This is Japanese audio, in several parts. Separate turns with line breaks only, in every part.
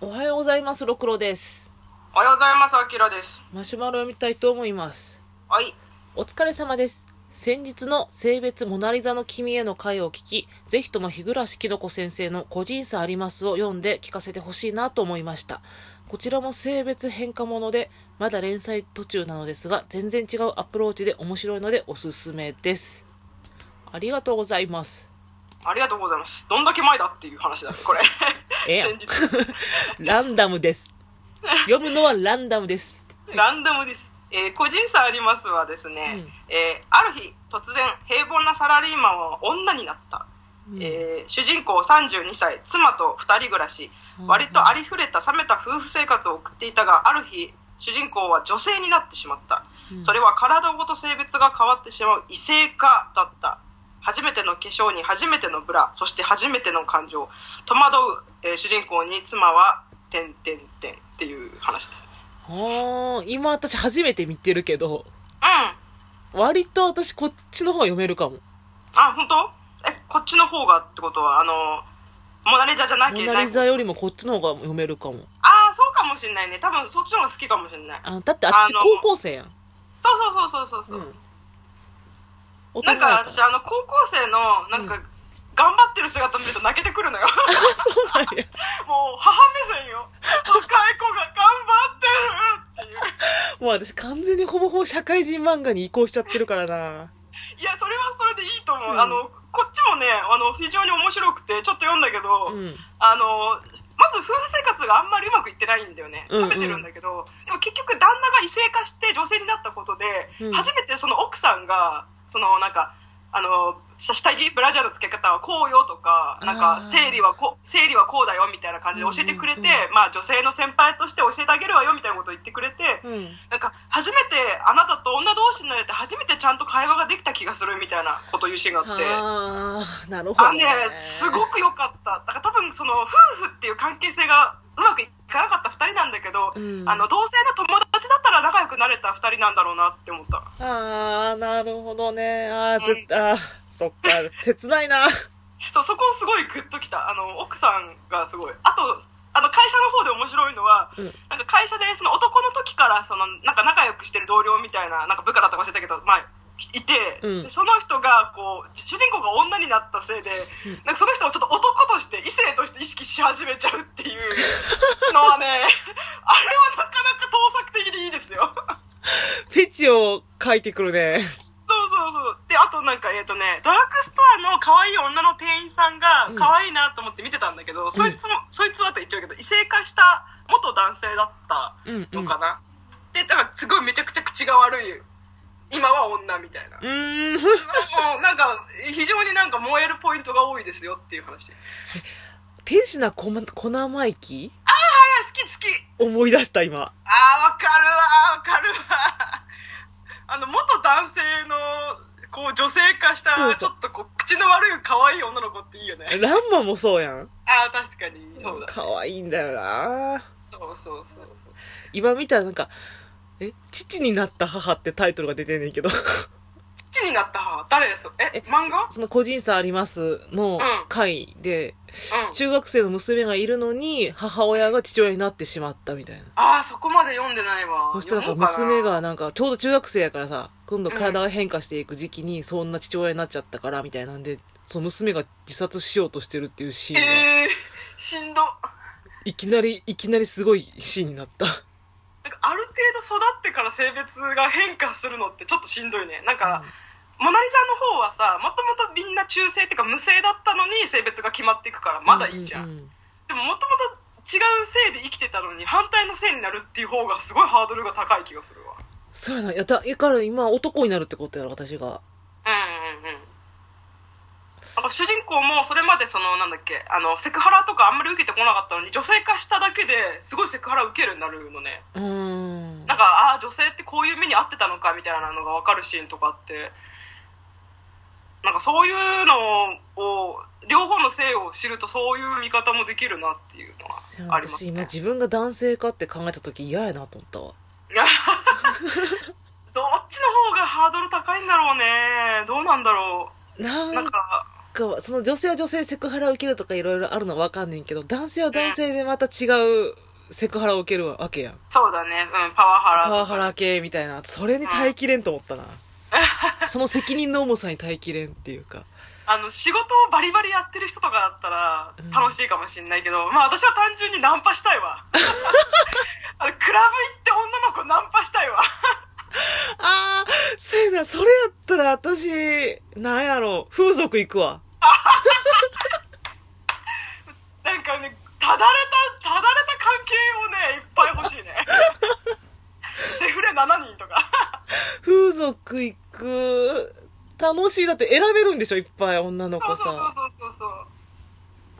おはようございますろくろです
おはようございます、あきらです。
マシュマロ読みたいと思います
はい。
お疲れ様です先日の性別モナリザの君への回を聞きぜひとも日暮きのこ先生の個人差ありますを読んで聞かせてほしいなと思いましたこちらも性別変化ものでまだ連載途中なのですが全然違うアプローチで面白いのでおすすめですありがとうございます
ありがとうございます。どんだけ前だっていう話だね、これ。
ええやん
先日、
ランダムです読むのはランダムです
ランダムです。えー個人差ありますはですね、
うん
えーある日、突然、平凡なサラリーマンは女になった。
うん
えー主人公32歳、妻と2人暮らし
うん、
割とありふれた冷めた夫婦生活を送っていたが、ある日、主人公は女性になってしまった。それは体ごと性別が変わってしまう異性化だった初めての化粧に初めてのブラそして初めての感情戸惑う、えー主人公に妻は「てんてんてん」っていう話ですね
あー今私初めて見てるけど
うん
割と私こっちの方が読めるかも
あ本当えこっちの方がってことはあのモナ・リザじゃな
モ
きゃ
ナ
ない
リザよりもこっちの方が読めるかも
ああそうかもしんないね多分そっちの方が好きかもしんない
あだってあっち
あの
高校生やん
そうそうそうそうそうう、うん
大人や
なん
ら
か 私あの高校生のなんか、
う
頑張ってる姿見ると泣けてくるのよ
あそうなんや
もう母目線よ若い子が頑張ってるっていう
もう私完全にほぼほぼ社会人漫画に移行しちゃってるからない
やそれはそれでいいと思う、
うん
あのこっちもねあの非常に面白くてちょっと読んだけど、
うん
あのまず夫婦生活があんまりうまくいってないんだよね
うんうん
冷めてるんだけど、でも結局旦那が異性化して女性になったことで、
うん
初めてその奥さんがそのなんかあの下下着ブラジャーの付け方はこうよとかなん
あ
か
ー
生理はこう生理はこうだよみたいな感じで教えてくれて、
うんうんう
まあ、女性の先輩として教えてあげるわよみたいなことを言ってくれて、
うん
なんか初めてあなたと女同士になれて初めてちゃんと会話ができた気がするみたいなことを言うシーンがあって。
ああなるほど
あね、すごく良かった。だから多分その夫婦っていう関係性がうまくいかなかった二人なんだけど、
うん
あの同性の友達だったら仲良くなれた二人なんだろうなって思った。
ああなるほどねああ
うん
絶対あーそっか切ないな
そうそこをすごいグッときた。あの奥さんがすごい。あとあの会社の方で面白いのは、
うん
なんか会社でその男の時からそのなんか仲良くしてる同僚みたいななんか部下だったか忘れたけど、まあ、いて、
うん
でその人がこう主人公が女になったせいで、なんかその人をちょっと男として異性として意識し始めちゃうっていうのはね あれはなかなか盗作的でいいですよ。
フェチを書いてくるね
そうそうそう。で、あとなんか、えっ、とね、ドラッグストアの可愛い女の店員さんが
うん
可愛いなと思って見てたんだけど、そいつも、そいつはと言っちゃうけど、異性化した元男性だった
うんうん
のかな。で、だからすごいめちゃくちゃ口が悪い。今は女みたいな。
うーん
もうなんか、非常になんか燃えるポイントが多いですよっていう話。あ
天使なこ、ま、小生意気
好き好き
思い出した今
あー、わかるわ、わかるわ。 あの、元男性の、こう女性化した
そうそう
ちょっとこう口の悪い可愛い女の子っていいよね
ランマもそうやん
ああ確かにそうだ
可愛いんだよな
そうそうそう
今見たらなんか「え父になった母」ってタイトルが出てんねんけど
父になった母誰です え
え
漫画
その「個人差あります」の
うん
回で、
うん
中学生の娘がいるのに母親が父親になってしまったみたいな
ああそこまで読んでないわ
そしたらなんか
読も
娘
うか
がなんかちょうど中学生やからさ今度体が変化していく時期にそんな父親になっちゃったからみたいなんでその娘が自殺しようとしてるっていうシーンが、
ええー、しんど
いきなりいきなりすごいシーンになった
なんかある程度育ってから性別が変化するのってちょっとしんどいねなんか、モナ・リザの方はさもともとみんな中性っていうか無性だったのに性別が決まっていくからまだいいじゃん,、
うう
でももともと違う性で生きてたのに反対の性になるっていう方がすごいハードルが高い気がするわ
そうやな。いや、だ、だから今男になるってことやろ、私が。
うんうんうんなんか主人公もそれまでそのなんだっけあのセクハラとかあんまり受けてこなかったのに女性化しただけですごいセクハラ受けるようになるのね
うーん。
なんかああ女性ってこういう目に遭ってたのかみたいなのが分かるシーンとかあってなんかそういうのを両方の性を知るとそういう見方もできるなっていう
そう
の
や
は
な
あります
私今
ね
自分が男性かって考えた時嫌やなと思ったわ。
どっちの方がハードル高いんだろうねどうなんだろう
な
なんん
か、
か
か、その女性は女性でセクハラを受けるとかいろいろあるのはわかんねんけど、男性は男性でまた違うセクハラを受けるわけやん。
そうだね。うん、パワハラ
パ
とか。
ワハラ系みたいな。それに耐えきれんと思 ったな。その責任の重さに耐えきれんっていうか。
あの、仕事をバリバリやってる人とかだったら
うん
楽しいかもしれないけど、まあ私は単純にナンパしたい わ。あの、クラブ行って女の子ナンパしたいわ。
ああ、そうやな、それやったら私、なんやろう、風俗行くわ。
なんかね、ただれた、ただれた関係をね、いっぱい欲し いね。セフレ7人とか。
風俗行く、楽しい。だって選べるんでしょ、いっぱい女の
そう
子
そうそう
さ。
そうそうそう。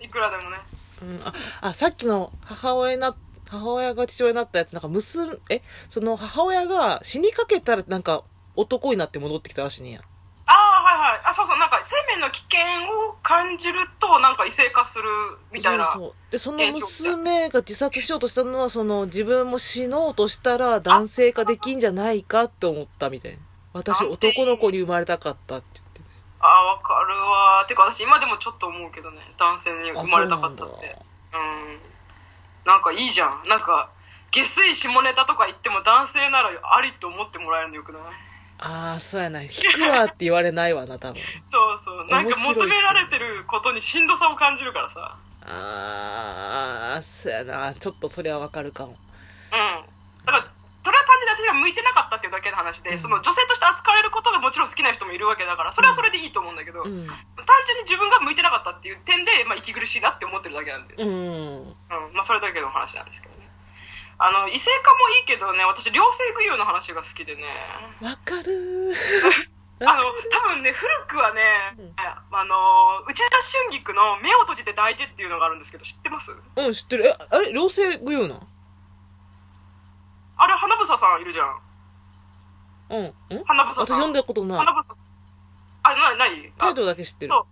いくらでもね。
うん、ああ、さっきの母親な、母親が父親になったやつ、なんか娘、え、その母親が死にかけたらなんか男になって戻ってきたらしいねんや。
ああ、はいはい。あ、そうそう。なんか生命の危険を感じると、なんか異性化するみたいな。
そうそう。で、その娘が自殺しようとしたのは、その自分も死のうとしたら男性化できんじゃないかって思ったみたいな。私男の子に生まれたかったって言って。
ああ、わかるわ。てか私今でもちょっと思うけどね。男性に生まれたかったって。うん。なんかいいじゃん。なんか、下水下ネタとか言っても男性ならありって思ってもらえるのよくない
ああそうやな引くわって言われないわな多分
そうそう。なんか
面白い
求められてることにしんどさを感じるからさ。
ああそうやなちょっとそれはわかるかも
うん。だから、それは単純に私が向いてなかったっていうだけの話で、その女性として扱われることがもちろん好きな人もいるわけだから、それはそれでいいと思うんだけど、
うん
単純に自分が向いてなかったっていう点で、まあ、息苦しいなって思ってるだけなんで、
うん
うんまあ、それだけの話なんですけどねあの異性化もいいけどね私両性具有の話が好きでね
わか るー
あの多分ね古くはね、
うん
あの内田春菊の「目を閉じて抱いて」っていうのがあるんですけど知ってます
うん知ってるえあれ両性具有な
あれ花房さんいるじゃん
うんん
花房
私
さん
読んだことない
花房さんあないない
タイ
あ
トルだけ知ってる
そう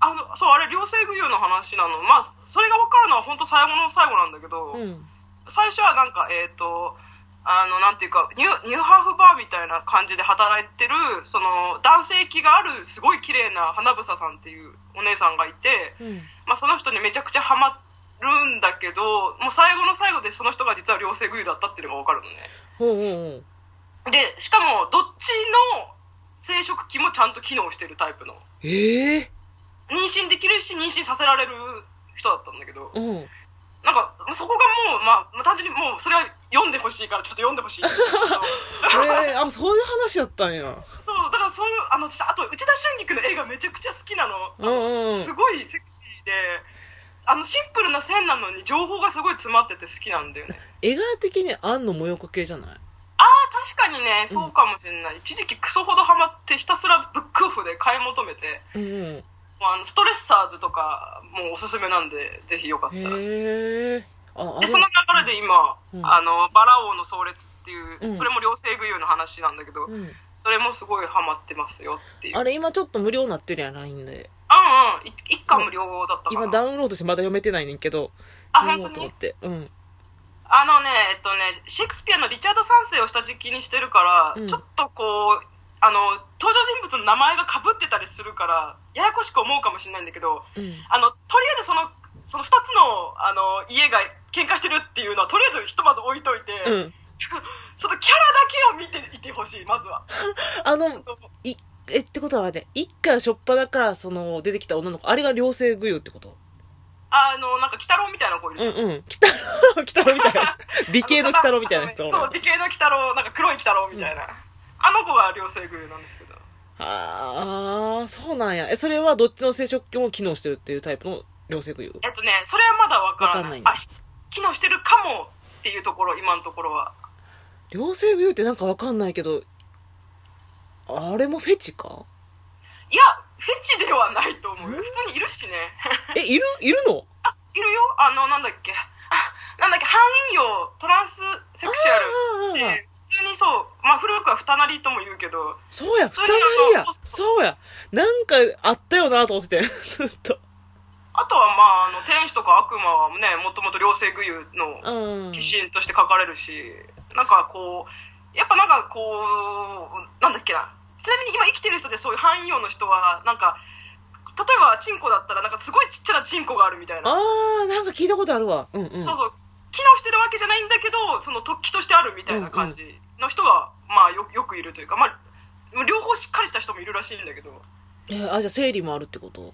あのそうあれ両性具有の話なのまあそれが分かるのは本当最後の最後なんだけど、
うん
最初はなんかえっ、とあのなんていうかニューニューハーフバーみたいな感じで働いてるその男性気があるすごい綺麗な花房さんっていうお姉さんがいて、
うん
まあ、その人にめちゃくちゃハマるんだけどもう最後の最後でその人が実は両性具有だったっていうのが分かるのね
ほうほうほう
でしかもどっちの生殖器もちゃんと機能してるタイプの
ええ
妊娠できるし妊娠させられる人だったんだけど
ー、うん
なんかそこがもう、まあ、まあ単純にもうそれは読んでほしいからちょっと読んでほしいんですけど
えー、あそういう話やったんや
そうだからそういうあの私あと内田春菊の絵がめちゃくちゃ好きなの、
うんうん
すごいセクシーであのシンプルな線なのに情報がすごい詰まってて好きなんだよね
絵柄的にあんの模様系じゃない
ああ確かにねそうかもしれない、一時期クソほどハマってひたすらブックオフで買い求めて
うんうん
もうあのストレッサーズとかもうおすすめなんでぜひよかったら
へえああれ
でその流れで今、
うん
あのバラ王の葬列っていう、
うん
それも両性具有の話なんだけど、
うん
それもすごいハマってますよっていう
あれ今ちょっと無料になってるやん LINE で
うんうんい一巻無料だったかな
今ダウンロードしてまだ読めてないねんけど
あ
読も
本
うと
当
思っ
に
てうん
あのねえっとねシェイクスピアのリチャード三世を下敷きにしてるから、
うん
ちょっとこうあの登場人物の名前がかぶってたりするからややこしく思うかもしれないんだけど
うん
あのとりあえずそのその2つのあの家が喧嘩してるっていうのはとりあえずひとまず置いといて、
うん
そのキャラだけを見ていてほしいまずは。
あのいえってことはあれね一家しょっぱだからその出てきた女の子あれが両性具有ってこと
あのなんか鬼太郎みたいな子いる
う
じゃ
ん
ん
うん北郎 北郎みたい な理系の北郎みたいな人
あのそう理系の鬼太郎なんか黒い鬼太郎みたいな、あの子が両性具有なんですけど
ああそうなんやえそれはどっちの生殖器も機能してるっていうタイプの両性具有
えっとねそれはまだわからな
わ
い
かんない
あし機能してるかもっていうところ今のところは
両性具有ってなんかわかんないけどあれもフェチか
いやフェチではないと思うよ普通にいるしね
えいるいるの
いるよあのなんだっけあなんだっけ汎用トランスセクシュアル
あー
で普通にそうまあ古くは二なりとも言うけど
そうや、二
それ
なりや
あの。
そうや。なんかあったよなと思ってて、 ずっと。
あとはまああの天使とか悪魔はねもともと両性具有の
うん。
鬼神として書かれるし、なんかこうやっぱなんかこうなんだっけなちなみに今生きてる人でそういう汎用の人はなんか例えばチンコだったらなんかすごいちっちゃなチンコがあるみたいな
あー、なんか聞いたことあるわ。うんうん。
そうそう機能してるわけじゃないんだけどその突起としてあるみたいな感じの人が、まあ、よよくいるというか、まあ、両方しっかりした人もいるらしいんだけど
えーあ、じゃあ生理もあるってこと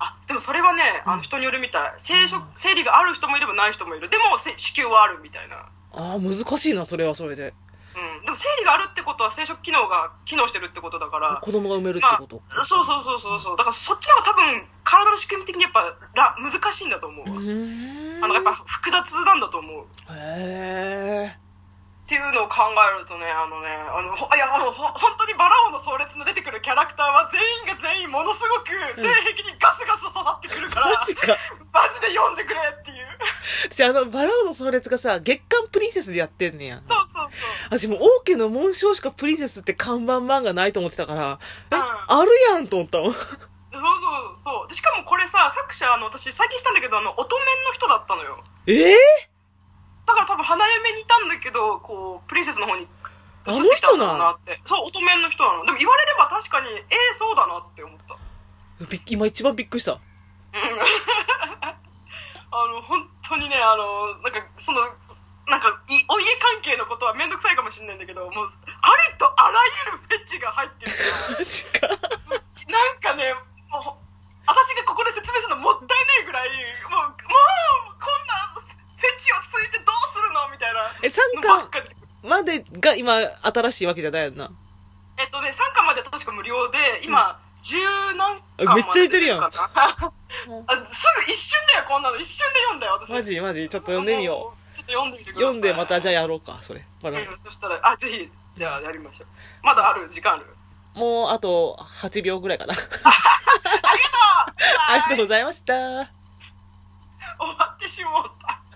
あでもそれはねあ
うん
の人によるみたい生殖生理がある人もいればない人もいるでもせ子宮はあるみたいな、
あー、難しいな、それはそれで。
うん、でも生理があるってことは生殖機能が機能してるってことだから
子供が産めるってこと。
そうそうそうそうそうだからそっちの方が多分体の仕組み的にやっぱら難しいんだと思う
う
わ、
ーん。
あのやっぱ複雑なんだと思う
へえ。
っていうのを考えるとね、あのね、あの、ほいや、あの、ほ本当にバラ王の葬列の出てくるキャラクターは全員が全員ものすごく性癖にガスガス育ってくるから、
マジか。
マジで読んでくれっていう。
じゃあ、あの、バラオの葬列がさ、月刊プリンセスでやってんねや。
そうそうそう。
私もう王家の紋章しかプリンセスって看板漫画ないと思ってたから、え、
うん
あるやんと思ったもん。
そうそうそう。でしかもこれさ、作者、あの、私最近したんだけど、あの、乙女の人だったのよ。
えー、
だから多分花嫁にいたんだけど、こう、プリンセスの方に。
あの人なん
だろうなって。そう、乙女の人なの。でも言われれば確かに、ええそうだなって思った。
びっ今一番びっくりした。
あの本当にねあのなんかそのなんかいお家関係のことは面倒くさいかもしれないんだけどもうありとあらゆるフェチが入ってるか
マジか。
ら なんかねもう私がここで説明するのもったいないぐらいもうもうこんなフェチをついてどうするのみたいな
え、3
のばっ
巻
かり
までが今新しいわけじゃないやんな。
えっとね3巻まで確か無料で今、十何巻
あめっちゃいてるやん
まで 出るかなあすぐ一瞬だよこんなの一瞬で読んだよ私
マジマジ、ちょっと読んでみよう。
うちょっと読んでみてください
読んでまたじゃあやろうか、それ。バラ
うんそしたらあぜひじゃあやりましょうまだある時間 ある
もうあと8秒ぐらいかな。
ありがとう
ありがとうご
う
ざいました。
終わってしまった